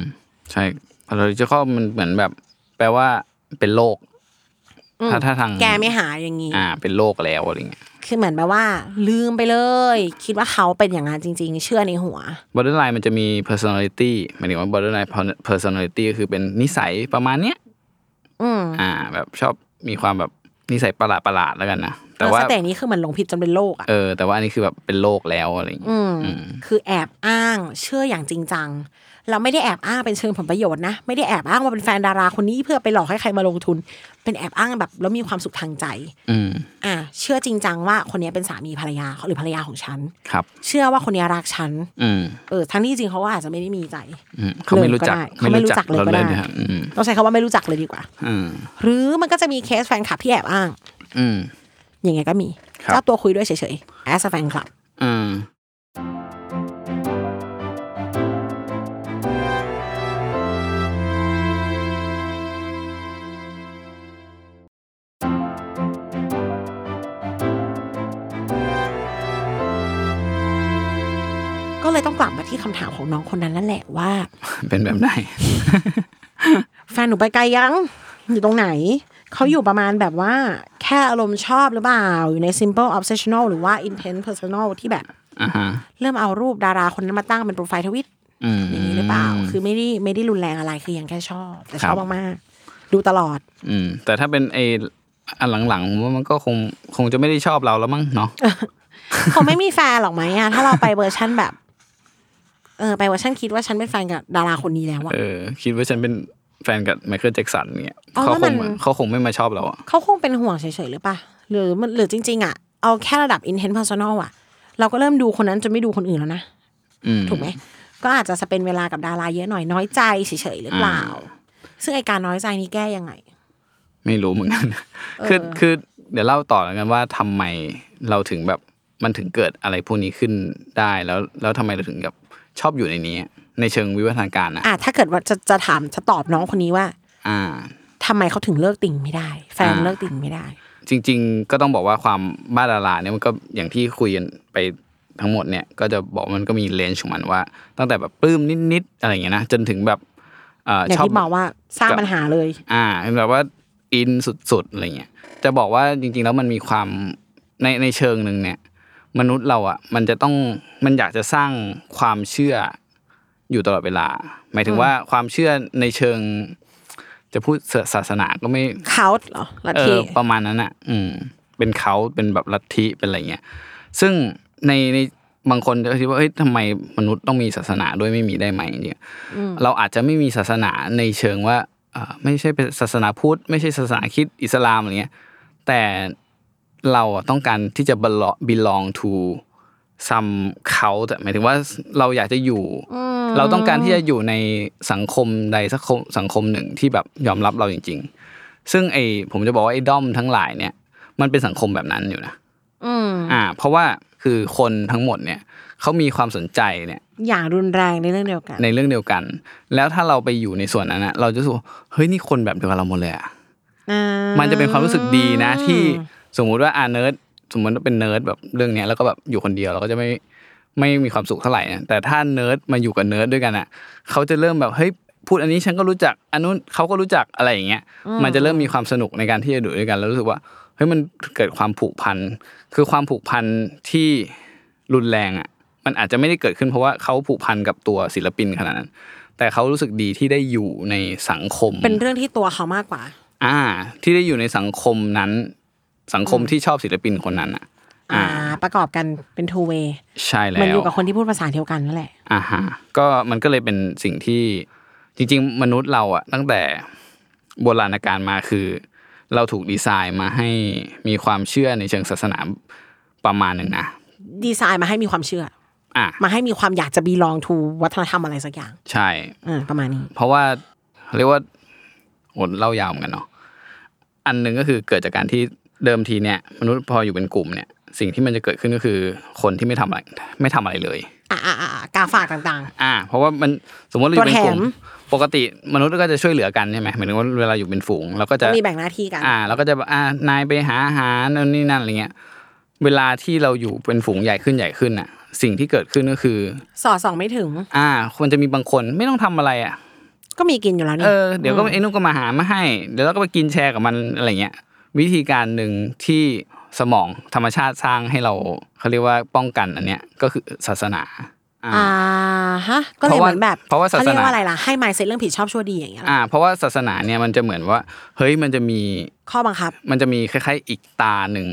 [SPEAKER 1] ใช่พาราลิจิคอลมันเหมือนแบบ แปลว่าเป็นโรค
[SPEAKER 2] อืม
[SPEAKER 1] ถ้าถ้าทาง
[SPEAKER 2] แกไม่หายอย่างนี้
[SPEAKER 1] อ่า เป็นโรคแล้วอะไรเงี้ย
[SPEAKER 2] คือเหมือนแบบว่า ลืมไปเลย คิดว่าเขาเป็นอย่างนั้นจริง ๆ เชื่อในหัว
[SPEAKER 1] บอร์เดอร์ไลน์มันจะมี personality หมายถึงว่า borderline personality ก็คือเป็นนิสัยประมาณเนี้ย
[SPEAKER 2] อืม
[SPEAKER 1] อ่าแบบชอบมีความแบบนิสัยประหลาดประหลาดๆแล้วกันนะ แต่ว่า
[SPEAKER 2] สเตจนี้คือมันหลงผิดจนเป็นโรคอ่ะ
[SPEAKER 1] เออ แต่ว่าอันนี้คือแบบเป็นโรคแล้วอะไรอย่างเงี้ย
[SPEAKER 2] อืมคือแอบอ้างเชื่ออย่างจริงจัง เราไม่ได้แอบอ้างเป็นเชิงผลประโยชน์นะ ไม่ได้แอบอ้างว่าเป็นแฟนดาราคนนี้เพื่อไปหลอกให้ใครมาลงทุน เป็นแอบอ้างแบบแล้วมีความสุขทางใจ
[SPEAKER 1] อืม
[SPEAKER 2] อ่ะเชื่อจริงจังว่าคนนี้เป็นสามีภรรยาหรือภรรยาของฉัน
[SPEAKER 1] ครับ
[SPEAKER 2] เชื่อว่าคนนี้รักฉัน
[SPEAKER 1] อืม
[SPEAKER 2] เออ ทั้งที่จริงเขาก็อาจจะไม่ได้มีใจ
[SPEAKER 1] อืมเขาไม่รู้จัก
[SPEAKER 2] เลยก็ได้เขาไม่รู้จักเลยก็ได้
[SPEAKER 1] นะฮะอืม
[SPEAKER 2] ต้องใช้คำว่าไม่รู้จักเลยดีกว่า
[SPEAKER 1] อืม
[SPEAKER 2] หรือมันก็จะมีเคสแฟนคลับที่แอบอ้าง
[SPEAKER 1] อืม
[SPEAKER 2] ยังไงก็มี
[SPEAKER 1] ครับ
[SPEAKER 2] เจ้าตัวคุยด้วยเฉยๆ as a fan club
[SPEAKER 1] อืม
[SPEAKER 2] ก็เลยต้องกลับมาที่คำถามของน้องคนนั้นนั่นแหละว่า
[SPEAKER 1] เป็นแบบไหน
[SPEAKER 2] แฟนหนูไปไกลยัง อยู่ตรงไหน เขาอยู่ประมาณแบบว่า แค่อารมณ์ชอบหรือเปล่า อยู่ใน simple obsessional หรือว่า intense personal ที่แบบ
[SPEAKER 1] อ่าฮะ
[SPEAKER 2] เริ่มเอารูปดาราคนนั้นมาตั้งเป็นโปรไฟล์ทวิต
[SPEAKER 1] อืม
[SPEAKER 2] อย่างนี้หรือเปล่า คือไม่ได้ไม่ได้รุนแรงอะไรคือยังแค่ชอบ แต่ชอบ
[SPEAKER 1] ครับ
[SPEAKER 2] มากๆ ดูตลอ
[SPEAKER 1] *laughs*
[SPEAKER 2] ด
[SPEAKER 1] อืม แต่ถ้าเป็นไออันหลังๆผมว่ามันก็คงคงจะไม่ได้ชอบเราแล้วมั้งเนาะ
[SPEAKER 2] เขาไม่มีแฟนหรอกไหมอะถ้าเราไปเวอร์ชั่นแบบ เออไปเวอร์ชันคิดว่าฉันเป็นแฟนกับดาราคนนี้แล้วอะ
[SPEAKER 1] เออ คิดว่าฉันเป็นแฟนกับไมเคิลแจ็กสันเนี่ย
[SPEAKER 2] อ๋อ
[SPEAKER 1] เขา
[SPEAKER 2] แล้ว
[SPEAKER 1] ค
[SPEAKER 2] มั
[SPEAKER 1] ง
[SPEAKER 2] น
[SPEAKER 1] เขาคงไม่มาชอบเราอ่ะ
[SPEAKER 2] เขาคงเป็นห่วงเฉยๆหรือปะหรือมันหรือจริง ๆอะเอาแค่ระดับ intense personal อะเราก็เริ่มดูคนนั้นจนไม่ดูคนอื่นแล้วนะ
[SPEAKER 1] อืม
[SPEAKER 2] ถูกไหมก็อาจจะสเปนเวลากับดาราเยอะหน่อยน้อยใจเฉยๆหรือเปล่า ซึ่งไอการน้อยใจนี้แก้ยังไง
[SPEAKER 1] ไม่รู้เหมือนกัน คือคือเดี๋ยวเล่าต่อแล้วกันว่าทำไมเราถึงแบบมันถึงเกิดอะไรพวกนี้ขึ้นได้แล้วแล้วทำไมเราถึงแบบชอบอยู่ในนี้ ในเชิงวิวัฒนาการนะ
[SPEAKER 2] อ่ะถ้าเกิดว่าจะจะถามจะตอบน้องคนนี้ว่า
[SPEAKER 1] อ่า
[SPEAKER 2] ทำไมเขาถึงเลิกติ่งไม่ได้ แฟน
[SPEAKER 1] อ่า
[SPEAKER 2] เลิกติ่งไม่ได้
[SPEAKER 1] จริง ๆ ก็ต้องบอกว่าความบ้าดาราเนี่ยมันก็อย่างที่คุยกันไปทั้งหมดเนี่ย ก็จะบอกมันก็มีเลนส์ของมันว่า ตั้งแต่แบบปลื้มนิดๆอะไรอย่างเงี้ยนะจนถึงแบบเอ่อ
[SPEAKER 2] อย่าง
[SPEAKER 1] ชอบ
[SPEAKER 2] ที่บอกว่าสร้างปัญหาเลย
[SPEAKER 1] อ่าเป็นแบบว่าอินสุดๆอะไรเงี้ยจะบอกว่าจริง ๆ แล้วมันมีความในในเชิงหนึ่งเนี่ย มนุษย์เราอ่ะ มันจะต้องมันอยากจะสร้างความเชื่ออยู่ตลอดเวลา หมายถึงว่าความเชื่อในเชิง จะพูดศาสนาก็ไม่
[SPEAKER 2] เขาเหรอลัท
[SPEAKER 1] เอ
[SPEAKER 2] ธิ
[SPEAKER 1] อประมาณนั้นอ่ะ อืม เป็นเขาเป็นแบบลัทธิเป็นอะไรเงี้ย ซึ่งในในบางคนจะคิดว่าเฮ้ยทำไมมนุษย์ต้องมีศาสนาด้วยไม่มีได้ไหมเนี่ยเราอาจจะไม่มีศาสนาในเชิงว่าเอ่อไม่ใช่เป็นศาสนาพุทธไม่ใช่ศาสนาคริดอิสลามอะไรเงี้ย แต่เราอะต้องการที่จะ belong belong to some เขาแต่หมายถึงว่าเราอยากจะอยู่ เราต้องการที่จะอยู่ในสังคมใดสักคมสังคมหนึ่งที่แบบยอมรับเราจริง ๆ ซึ่งไอ้ผมจะบอกว่าไอ้ด้อมทั้งหลายเนี่ย มันเป็นสังคมแบบนั้นอยู่นะ
[SPEAKER 2] อืม
[SPEAKER 1] อ่า เพราะว่าคือคนทั้งหมดเนี่ยเขามีความสนใจเนี่ย
[SPEAKER 2] อย่างรุนแรงในเรื่องเดียวกัน
[SPEAKER 1] ในเรื่องเดียวกัน แล้วถ้าเราไปอยู่ในส่วนนั้นนะเราจะรู้สึกว่าเฮ้ยนี่คนแบบเดียวกับเราหมดเลยอะ มันจะเป็นความรู้สึกดีนะที่สมมุติว่าอ่าเนิร์ดสมมติว่าเป็นเนิร์ดแบบเรื่องเนี้ยแล้วก็แบบอยู่คนเดียวเราก็จะไม่ไม่มีความสุขเท่าไหร่นะแต่ถ้าเนิร์ดมาอยู่กับเนิร์ดด้วยกันอ่ะเขาจะเริ่มแบบเฮ้ยพูดอันนี้ฉันก็รู้จักอันนู้นเขาก็รู้จักอะไรอย่างเงี้ยมันจะเริ่มมีความสนุกในการที่จะดูด้วยกัน แล้วรู้สึกว่าเฮ้ยมันเกิดความผูกพันคือความผูกพันที่รุนแรงอ่ะมันอาจจะไม่ได้เกิดขึ้นเพราะว่าเขาผูกพันกับตัวศิลปินขนาดนั้น แต่เขารู้สึกดีที่ได้อยู่ในสังคม
[SPEAKER 2] เป็นเรื่องที่ตัวเขามากกว่า
[SPEAKER 1] อ่า ที่ได้อยู่ในสังคมนั้น สังคมที่ชอบศิลปินคนนั้นอ่ะ
[SPEAKER 2] อ่า ประกอบกันเป็น two way
[SPEAKER 1] ใช่แล้
[SPEAKER 2] มันอยู่
[SPEAKER 1] ว
[SPEAKER 2] กับคนที่พูดภาษาเดียวกันนั่นแหละ
[SPEAKER 1] อ่าฮะก็มันก็เลยเป็นสิ่งที่จริง ๆ มนุษย์เราอ่ะ ตั้งแต่โบราณกาลมาคือ เราถูกดีไซน์มาให้มีความเชื่อในเชิงศาสนาประมาณหนึ่งนะ
[SPEAKER 2] ดีไซน์มาให้มีความเชื่อ
[SPEAKER 1] อ่ะ
[SPEAKER 2] มาให้มีความอยากจะบีลองทูวัฒนธรรมอะไรสักอย่าง
[SPEAKER 1] ใช่
[SPEAKER 2] อ่าประมาณนี้
[SPEAKER 1] เพราะว่าเรียกว่าโอดเล่ายาวเหมือนกันเนาะอันหนึ่งก็คือเกิดจากการที่เดิมทีเนี่ย มนุษย์พออยู่เป็นกลุ่มเนี่ย สิ่งที่มันจะเกิดขึ้นก็คือคนที่ไม่ทำอะไรไม่ทำอะไรเลย
[SPEAKER 2] อ่าอ่าอ่ากาฝากต่าง
[SPEAKER 1] อ่า เพราะว่ามันสมมติเราอยู่เป็นกลุ่ม
[SPEAKER 2] ตัวแถ
[SPEAKER 1] ปกติมนุษย์ก็จะช่วยเหลือกันใช่ไหมหมายถึงว่าเวลาอยู่เป็นฝูงเราก็จะ
[SPEAKER 2] ๆ มีแบ่งหน้าที่กัน
[SPEAKER 1] อ่าเราก็จะแบบอ่านายไปหาอาหารนู่นนี่นั่นอะไรเงี้ยเวลาที่เราอยู่เป็นฝูงใหญ่ขึ้นใหญ่ขึ้นอ่ะ สิ่งที่เกิดขึ้นก็คือ
[SPEAKER 2] สอดส่องไม่ถึง
[SPEAKER 1] อ่าควรจะมีบางคนไม่ต้องทำอะไรอ่ะ
[SPEAKER 2] ก็มีกินอยู่แล้วนี่
[SPEAKER 1] เออเดี๋ยวก็ไอ้นุ่นก็มาหามาให้ เดี๋ยวเราก็ไปกินแชร์กับมันอะไรเงี้ยวิธีการหนึ่งที่สมองธรรมชาติสร้างให้เราเขาเรียกว่าป้องกันอันเนี้ยก็คือศาสนา อ่า
[SPEAKER 2] อ่าฮะ ก็เลย
[SPEAKER 1] เพราะว่า
[SPEAKER 2] เหมือนแบบ
[SPEAKER 1] เพราะว่าศาสนา
[SPEAKER 2] เขเรียกว่าอะไรล่ะ ให้ไมเซ็ตเรื่องผิดชอบชั่วดีอย่างเงี้ยเหรอ
[SPEAKER 1] อ่า เพราะว่าศาสนาเนี่ยมันจะเหมือนว่า เฮ้ยมันจะมี
[SPEAKER 2] ข้อบังคับ
[SPEAKER 1] มันจะมีคล้ายๆอีกตาหนึ่ง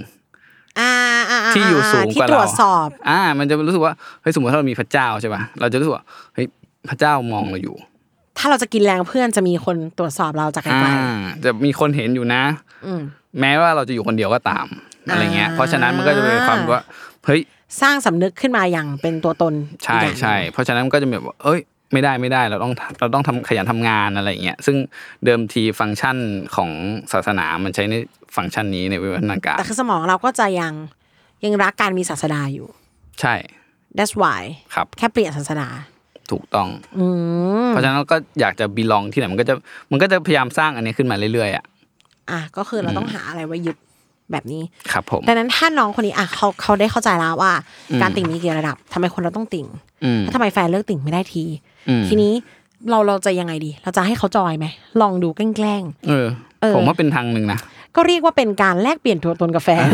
[SPEAKER 2] อ่าาา
[SPEAKER 1] ที่อยู่สูงกว่า
[SPEAKER 2] ที่ตร
[SPEAKER 1] เรา
[SPEAKER 2] วจสอบ
[SPEAKER 1] อ่า มันจะรู้สึกว่าเฮ้ยสมมติถ้าเรามีพระเจ้าใช่ป่ะเราจะรู้สึกว่าเฮ้ยพระเจ้ามองเราอยู่
[SPEAKER 2] ถ้าเราจะกินแรงเพื่อนจะมีคนตรวจสอบเราจากไก
[SPEAKER 1] อ่า
[SPEAKER 2] ล
[SPEAKER 1] จะมีคนเห็นอยู่นะ
[SPEAKER 2] ๆอืม
[SPEAKER 1] แม้ว่าเราจะอยู่คนเดียวก็ตามอะไรเงี้ย
[SPEAKER 2] อ่า
[SPEAKER 1] เพราะฉะนั้นมันก็จะเป็นความว่าเฮ้ย
[SPEAKER 2] สร้างสำนึกขึ้นมาอย่างเป็นตัวตน
[SPEAKER 1] ใช่
[SPEAKER 2] อีกอย่าง
[SPEAKER 1] ใช่เพราะฉะนั้นมันก็จะแบบว่าเอ้ยไม่ได้ไม่ได้เราต้องเราต้องทำขยันทำงานอะไรเงี้ยซึ่งเดิมทีฟังก์ชันของศาสนามันใช้ในฟังก์ชันนี้ในวิวัฒนาการ
[SPEAKER 2] แต่คือสมองเราก็จะยังยังรักการมีศาสดาอยู่
[SPEAKER 1] ใช่
[SPEAKER 2] that's why
[SPEAKER 1] ครับ
[SPEAKER 2] แค่เปลี่ยนศาสนา
[SPEAKER 1] ถูกต้อง
[SPEAKER 2] อืม
[SPEAKER 1] เพราะฉะนั้นก็อยากจะบีลองที่ไหนมันก็จะมันก็จะพยายามสร้างอันนี้ขึ้นมาเรื่อยๆอ่ะ
[SPEAKER 2] อ่ะก็คือเราต้องหาอะไรไว้ยึดแบบนี้
[SPEAKER 1] ครับผม
[SPEAKER 2] ดังนั้นถ้าน้องคนนี้อ่ะเขาเขาได้เข้าใจแล้วว่า การติ่งมีกี่ระดับทำไมคนเราต้องติ่ง
[SPEAKER 1] อืม
[SPEAKER 2] แล้วทำไมแฟนเลิกติ่งไม่ได้ที
[SPEAKER 1] อืม
[SPEAKER 2] ทีนี้เราเราจะยังไงดี เราจะให้เขาจอยไหมลองดูแกล้ง
[SPEAKER 1] เออ
[SPEAKER 2] เออ
[SPEAKER 1] ผมว่าเป็นทางหนึ่งนะ
[SPEAKER 2] ๆก็เรียกว่าเป็นการแลกเปลี่ยนตัวตนกับแฟ
[SPEAKER 1] *laughs*
[SPEAKER 2] น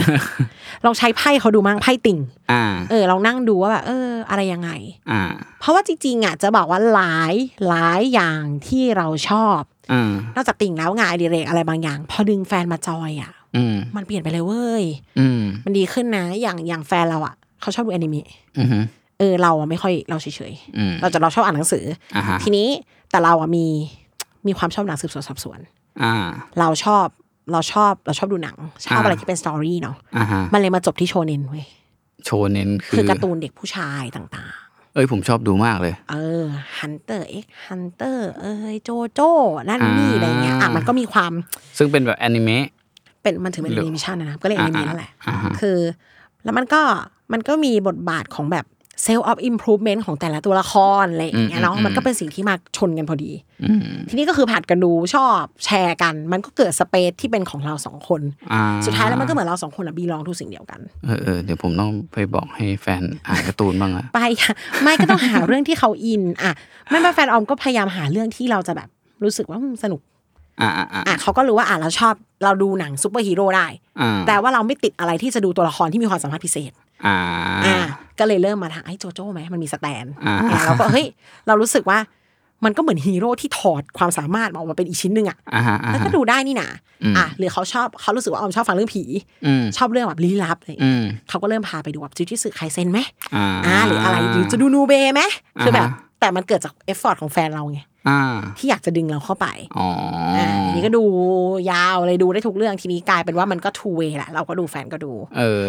[SPEAKER 2] ลองใช้ไพ่เขาดูมั้งไพ่ติ่ง
[SPEAKER 1] อ่า
[SPEAKER 2] เออลองนั่งดูว่าแบบเออ อะไรยังไง
[SPEAKER 1] อ่า
[SPEAKER 2] เพราะว่าจริงๆอ่ะจะบอกว่าหลายหลายอย่างที่เราชอบ
[SPEAKER 1] อ่าน
[SPEAKER 2] อกจากติ่งแล้วงานอดิเรกอะไรบางอย่าง พอดึงแฟนมาจอยอ่ะ
[SPEAKER 1] อืม
[SPEAKER 2] มันเปลี่ยนไปเลยเว้ย
[SPEAKER 1] อืม
[SPEAKER 2] มันดีขึ้นนะอย่างอย่างแฟนเราอ่ะเขาชอบดูแอนิเมะ
[SPEAKER 1] อืมฮึ
[SPEAKER 2] เออเราอ่ะไม่ค่อยเราเฉย
[SPEAKER 1] อืม
[SPEAKER 2] ๆเราจะเราชอบอ่านหนังสืออ
[SPEAKER 1] อ่าฮะ
[SPEAKER 2] ทีนี้แต่เราอ่ะมีมีความชอบหนังสืบสวนสอบสวน
[SPEAKER 1] อ่า
[SPEAKER 2] เราชอบเราชอบเราชอบดูหนัง ชอบ
[SPEAKER 1] อ่า
[SPEAKER 2] อะไรที่เป็นสตอรี่เนาะ
[SPEAKER 1] อ่าฮะ
[SPEAKER 2] มันเลยมาจบที่โชเนนเว้ย
[SPEAKER 1] โชเน้นคื
[SPEAKER 2] คือ
[SPEAKER 1] อ
[SPEAKER 2] การ์ตูนเด็กผู้ชายต่าง
[SPEAKER 1] เอ้ยผมชอบดูมากเลย
[SPEAKER 2] ๆ เออฮันเตอร์เอ็กฮันเตอร์เอ้ยโจโจ้นั่นนี่อะไรเงี้ยอ่ะมันก็มีความ
[SPEAKER 1] ซึ่งเป็นแบบแอนิเมะ
[SPEAKER 2] เป็นมันถือเป็น
[SPEAKER 1] หรื
[SPEAKER 2] แอ
[SPEAKER 1] อ
[SPEAKER 2] นิเมชันนะก็เรียกแอนิเมะนั่นแหละ
[SPEAKER 1] อ่าฮะ
[SPEAKER 2] คือแล้วมันก็มันก็มีบทบาทของแบบเซลล์ออฟอิมพ v ูเมนต์ของแต่ละตัวละครอะไรอย่างเงี้ยเนาะมันก็เป็นสิ่งที่มาชนกันพอดี
[SPEAKER 1] อืม
[SPEAKER 2] ทีนี้ก็คือผัดกันดูชอบแชร์กัน มันก็เกิดสเปซที่เป็นของเราสองคน
[SPEAKER 1] อ่า
[SPEAKER 2] สุดท้ายแล้วมันก็เหมือนเราสองคนอะบีลองทุกสิ่งเดียวกัน
[SPEAKER 1] เออเออเดี๋ยวผมต้องไปบอกให้แฟนอ่านการ์ตูนบ้างละ
[SPEAKER 2] ไป *laughs* ค่ะ ไม่ก็ต้องหาเรื่องที่เขาอินอ่ะไม่มาแฟนออมก็พยายามหาเรื่องที่เราจะแบบรู้สึกว่าอืมสนุก
[SPEAKER 1] อ่าอ่าอ่า
[SPEAKER 2] อ่ะเขาก็รู้ว่าอ่ะเราชอบเราดูหนังซูเปอร์ฮีโร่ได้
[SPEAKER 1] อ่า
[SPEAKER 2] แต่ว่าเราไม่ติดอะไรที่จะดูตัวละครที่มีความสามารถพิเศษ
[SPEAKER 1] อ่า
[SPEAKER 2] อ่าก็เลยเริ่มมาทางไอ้โจโจ้ไหมมันมีสแตน
[SPEAKER 1] อ่า
[SPEAKER 2] อ่าเราก็เฮ้ยเรารู้สึกว่ามันก็เหมือนฮีโร่ที่ถอดความสามารถมาออกมาเป็นอีกชิ้นหนึ่งอ่ะ
[SPEAKER 1] อ่าฮะอ่า
[SPEAKER 2] แล้วก็
[SPEAKER 1] ฮะ
[SPEAKER 2] ดูได้นี่นะ
[SPEAKER 1] อืม
[SPEAKER 2] อ่ะหรือเขาชอบเขารู้สึกว่าออมชอบฟังเรื่องผี
[SPEAKER 1] อืม
[SPEAKER 2] ชอบเรื่องแบบลี้ลับอะไรอย่าง
[SPEAKER 1] อื
[SPEAKER 2] เงี้ย
[SPEAKER 1] ม
[SPEAKER 2] เขาก็เริ่มพาไปดูแบบจิจิสึไคเซนไหม
[SPEAKER 1] อ่า
[SPEAKER 2] อ่าหรืออะไรหรือจะดูนูเบไหมคือแบบ
[SPEAKER 1] อ่าฮะ
[SPEAKER 2] แต่มันเกิดจากเอฟฟอร์ตของแฟนเราไง
[SPEAKER 1] อ่า
[SPEAKER 2] ที่อยากจะดึงเราเข้าไป
[SPEAKER 1] อ๋ออ
[SPEAKER 2] อ่าทีนี้ก็ดูยาวเลยดูได้ทุกเรื่องทีนี้กลายเป็นว่ามันก็ทูเวย์แหละเราก็ดูแฟนก็ดู
[SPEAKER 1] เออ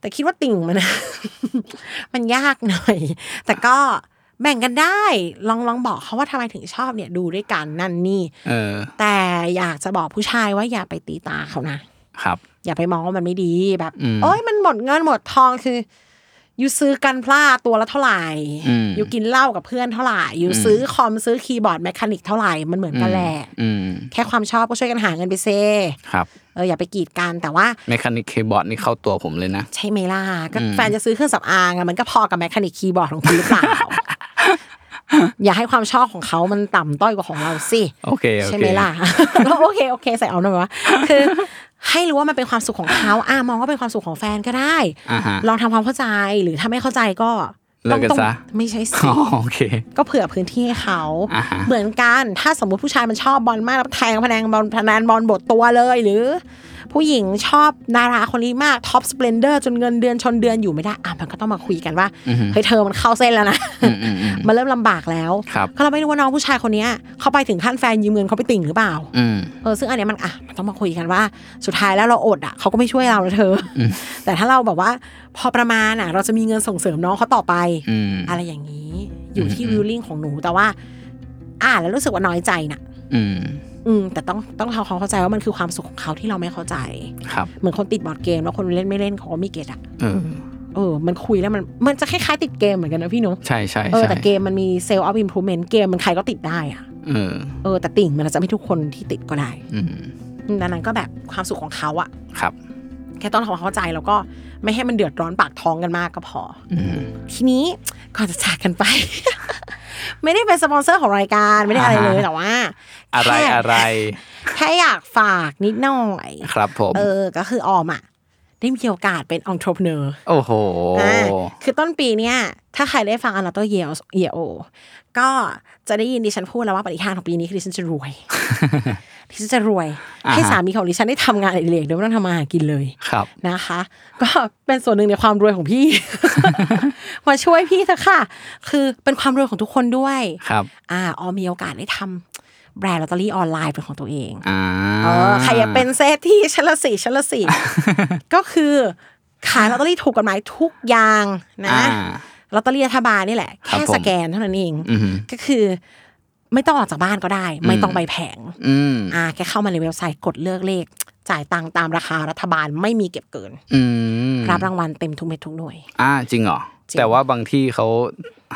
[SPEAKER 2] แต่คิดว่าติ่งมัน *laughs* มันยากหน่อย แต่ก็แบ่งกันได้ ลองลองบอกเขาว่าทำไมถึงชอบเนี่ยดูด้วยกันนั่นนี่
[SPEAKER 1] เออ
[SPEAKER 2] แต่อยากจะบอกผู้ชายว่าอย่าไปตีตาเขานะ
[SPEAKER 1] ครับ
[SPEAKER 2] อย่าไปมองว่ามันไม่ดีแบบ
[SPEAKER 1] อืม
[SPEAKER 2] โอ้ยมันหมดเงินหมดทองคืออยู่ซื้อกันพลาดตัวละเท่าไหร่
[SPEAKER 1] อืม
[SPEAKER 2] อยู่กินเหล้ากับเพื่อนเท่าไหร่อยู่ซื้อคอมซื้อคีย์บอร์ดแมคานิกเท่าไหร่มันเหมือนกันแหละ
[SPEAKER 1] อืม
[SPEAKER 2] แค่ความชอบก็ช่วยกันหาเงินไปเซ
[SPEAKER 1] ครับ
[SPEAKER 2] เอออย่าไปกีดกันแต่ว่า
[SPEAKER 1] เมคานิกเคบอร์ดนี่เข้าตัวผมเลยนะ
[SPEAKER 2] ใช่ไหมล่ะก็แฟนจะซื้อเครื่องสำอางอะมันก็พอกับแมคคานิกคีย์บอร์ดของคุณหรือเป
[SPEAKER 1] *laughs*
[SPEAKER 2] ล่า อย่าให้ความชอบของเขามันต่ำต้อยกว่าของเราสิ
[SPEAKER 1] โอเคโอเค
[SPEAKER 2] ใช่ไหม
[SPEAKER 1] *laughs*
[SPEAKER 2] ล่ะ โอเคโอเคใส่เอาหน่อยว่าคือ ให้รู้ว่ามันเป็นความสุขของเขาอ่ะมองว่าเป็นความสุขของแฟนก็ได้
[SPEAKER 1] อ่าฮะ
[SPEAKER 2] ลองทำความเข้าใจหรือถ้าไม่เข้าใจก็
[SPEAKER 1] เลิกกัน
[SPEAKER 2] ต้อง
[SPEAKER 1] ซะ
[SPEAKER 2] ไม่ใช่สิ
[SPEAKER 1] อ๋อ *laughs* โอเค
[SPEAKER 2] ก็เผื่อพื้นที่ให้เขา
[SPEAKER 1] อ่าฮะ
[SPEAKER 2] เหมือนกันถ้าสมมติผู้ชายมันชอบบอลมากแล้วแทงพนังบอลพนันบอลบทตัวเลยหรือ ผู้หญิงชอบดาราคนนี้มากท็อปสเปนเดอร์จนเงินเดือนชนเดือนอยู่ไม่ได้อ่ะมันก็ต้องมาคุยกันว่าเฮ้ยเธอมันเข้าเส้นแล้วนะ
[SPEAKER 1] อืมอืม
[SPEAKER 2] มันเริ่มลำบากแล้ว
[SPEAKER 1] ครับ
[SPEAKER 2] ก็เราไม่รู้ว่าน้องผู้ชายคนเนี้ยเขาไปถึงขั้นแฟนยืมเงินเขาไปติ่งหรือเปล่า
[SPEAKER 1] อืม
[SPEAKER 2] เออซึ่งอันเนี้ยมันอ่ะมันต้องมาคุยกันว่าสุดท้ายแล้วเราอดอ่ะเขาก็ไม่ช่วยเรานะเธออแต่ถ้าเราแบบว่า พอประมาณอ่ะ เราจะมีเงินส่งเสริมน้องเขาต่อไป
[SPEAKER 1] อืม
[SPEAKER 2] อะไรอย่างนี้อยู่ที่วิลลิ่งของหนูแต่ว่า อ่านแล้วรู้สึกว่าน้อยใจน่ะ
[SPEAKER 1] อืม
[SPEAKER 2] อืมแต่ต้องต้องทำความเข้าใจว่ามันคือความสุขของเขาที่เราไม่เข้าใจ
[SPEAKER 1] ครับ
[SPEAKER 2] เหมือนคนติดบอร์ดเกมแล้วคนเล่นไม่เล่นเขาก็ไม่เก็ตอ่ะ
[SPEAKER 1] เออ
[SPEAKER 2] เออมันคุยแล้วมันมันจะคล้ายๆติดเกมเหมือนกันนะพี่หนุ
[SPEAKER 1] ใช่ใช่
[SPEAKER 2] เออ
[SPEAKER 1] ใช่
[SPEAKER 2] แต่เกมมันมีเซลล์ออฟอิมพ v เมนต์เกมมันใครก็ติดได้อ่ะ
[SPEAKER 1] เออ
[SPEAKER 2] เออแต่ติ่งมันอาจจะไม่ทุกคนที่ติดก็ได้
[SPEAKER 1] อืม
[SPEAKER 2] ดังนั้นก็แบบความสุขของเขาอ่ะ
[SPEAKER 1] ครับ
[SPEAKER 2] แค่ต้องทำความเข้าใจแล้วก็ไม่ให้มันเดือดร้อนปากท้องกันมากก็พอ
[SPEAKER 1] อืม
[SPEAKER 2] ทีนี้ก่อนจะจากกันไป *laughs* ไม่ได้เป็นสปอนเซอร์ของรายการไม่ได้อะไรเลย
[SPEAKER 1] อ่าฮะ
[SPEAKER 2] แต่ว่า
[SPEAKER 1] อะไร
[SPEAKER 2] แค่ *laughs*
[SPEAKER 1] อะไร
[SPEAKER 2] แค่อยากฝากนิดหน่อย
[SPEAKER 1] ครับผม
[SPEAKER 2] เออ ก็คือออมอ่ะ ได้มีโอกาสเป็นองค์ทรปเนอร์
[SPEAKER 1] โอ้โห
[SPEAKER 2] อ่าคือต้นปีเนี่ย ถ้าใครได้ฟังอนาโตเยโอเยโอก็จะได้ยินดิฉันพูดแล้วว่าปฏิหารย์ของปีนี้คือดิฉันจะร
[SPEAKER 1] *laughs*
[SPEAKER 2] วย ดิฉันจะรวย
[SPEAKER 1] อ่าฮะ
[SPEAKER 2] ให้สามีของดิฉันได้ทำงานอดิเรกโดยไม่ต้องทำมาหากินเลย
[SPEAKER 1] ครับ
[SPEAKER 2] นะคะ *laughs* ก็เป็นส่วนหนึ่งในความรวยของพี่ *laughs* มาช่วยพี่เถอะค่ะ คือเป็นความรวยของทุกคนด้วย
[SPEAKER 1] ครับ
[SPEAKER 2] อ่าออมมีโอกาสได้ทำแบรนด์ลอตเตอรี่ออนไลน์เป็นของตัวเอง
[SPEAKER 1] อ่า
[SPEAKER 2] เออใครอยากเป็นเศรษฐีชั้นละสี่ชั้นละสี่ ก็คือขายลอตเตอรี่ถูกกฎหมายทุกอย่างนะ
[SPEAKER 1] อ่า
[SPEAKER 2] ลอตเตอรี่รัฐบาลนี่แหละ
[SPEAKER 1] ครับ
[SPEAKER 2] แค่
[SPEAKER 1] ผม
[SPEAKER 2] สแกนเท่านั้นเอง
[SPEAKER 1] อืม
[SPEAKER 2] ก็คือไม่ต้องออกจากบ้านก็ได้ ไม่ต้องไปแผง
[SPEAKER 1] อืม
[SPEAKER 2] อ่าแค่เข้ามาในเว็บไซต์กดเลือกเลข จ่ายตังค์ตามราคารัฐบาลไม่มีเก็บเกิน
[SPEAKER 1] อืม
[SPEAKER 2] รับรางวัลเต็มทุกเม็ดทุกหน่วย
[SPEAKER 1] อ่าจริงเหรอ
[SPEAKER 2] จริง
[SPEAKER 1] แต่ว่าบางที่เขา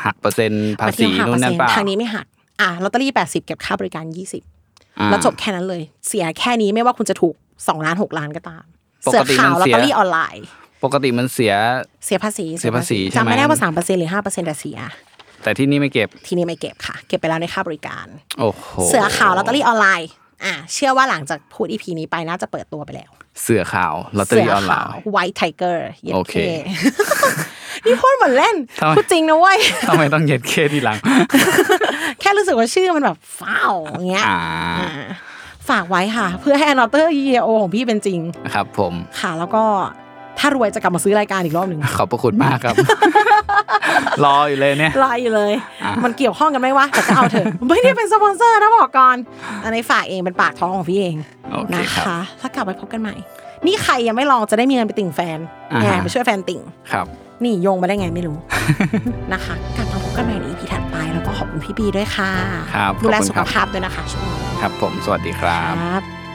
[SPEAKER 1] หักเปอร์เซ็นต์ภาษี
[SPEAKER 2] บงที
[SPEAKER 1] นู่นนั่นเปล่า
[SPEAKER 2] หักเปอร์เซ็ต์ทางนี้ไม่หักอ่าลอตเตอรี่แปดสิบเก็บค่าบริการยี่สิบ
[SPEAKER 1] อ่า
[SPEAKER 2] แล้วจบแค่นั้นเลย เสียแค่นี้ไม่ว่าคุณจะถูกสองล้านหกล้านก็ตาม
[SPEAKER 1] ป
[SPEAKER 2] เสือก
[SPEAKER 1] ติ
[SPEAKER 2] ข่าว
[SPEAKER 1] มัน
[SPEAKER 2] ลอต
[SPEAKER 1] เสีย
[SPEAKER 2] เตอรี่ออนไลน์
[SPEAKER 1] ปกติมันเสีย
[SPEAKER 2] เสียภาษี
[SPEAKER 1] เสียภาษีใช่ไหม
[SPEAKER 2] จำไม่ได้ว่าสามเปอร์เซ็นหรือห้าเปอร์เซ็นแต่เสีย
[SPEAKER 1] แต่ที่นี่ไม่เก็บ
[SPEAKER 2] ทีนี้ไม่เก็บค่ะ เก็บไปแล้วในค่าบริการ
[SPEAKER 1] โอ้โห
[SPEAKER 2] เสือข่าวลอตเตอรี่ออนไลน์อ่ะเชื่อว่าหลังจากพูดอีพีนี้ไปน่าจะเปิดตัวไปแล้ว
[SPEAKER 1] เสือข่าวลอตเตอ
[SPEAKER 2] เสื
[SPEAKER 1] รี่ออนไล
[SPEAKER 2] ขาว
[SPEAKER 1] น์
[SPEAKER 2] white tiger ย็ด
[SPEAKER 1] โอเค
[SPEAKER 2] นี่พูดเหมือนเล่น
[SPEAKER 1] ทำไม
[SPEAKER 2] พูดจริงนะเว้ย *laughs*
[SPEAKER 1] ทำไมต้องเหย็ดเคทีหลัง
[SPEAKER 2] แค่รู้สึกว่าชื่อมันแบบฟ้าวอย่างเงี้ย
[SPEAKER 1] อ่า
[SPEAKER 2] อ่ะฝากไว้ค่ะ เพื่อให้อนอเตอร์ยีโอของพี่เป็นจริง
[SPEAKER 1] ครับผม
[SPEAKER 2] ค่ะแล้วก็ถ้ารวยจะกลับมาซื้อรายการอีกรอบหนึ่ง
[SPEAKER 1] ขอบพระคุณมาก
[SPEAKER 2] *laughs*
[SPEAKER 1] ครับ รออยู่เลยเนี่ย
[SPEAKER 2] รออยู่เลย มันเกี่ยวข้องกันไหมวะ แต่ก็เอาเถอะ *laughs* ไม่ได้เป็นสปอนเซอร์นะบอกก่อน อันนี้ฝากเองเป็นปากท้องของพี่เอง
[SPEAKER 1] โอเค
[SPEAKER 2] นะครับ คะ ถ้ากลับไปพบกันใหม่ นี่ใครยังไม่ลองจะได้มีเงินไปติ่งแฟน
[SPEAKER 1] อ่าฮะ
[SPEAKER 2] แอบไปช่วยแฟนติ่ง
[SPEAKER 1] ครับ
[SPEAKER 2] นี่โยงมาได้ไงไม่รู้ *laughs* นะคะกลับมาพบกันใหม่ใน EP ถัดไปแล้วก็ขอบคุณพี่บีด้วยค่ะ
[SPEAKER 1] ครับขอบคุณ
[SPEAKER 2] ดูแลสุ
[SPEAKER 1] ค
[SPEAKER 2] ข
[SPEAKER 1] รับ
[SPEAKER 2] ภาพด้วยนะคะช่วงนี้
[SPEAKER 1] ครับผมสวัสดีครับ
[SPEAKER 2] ครับ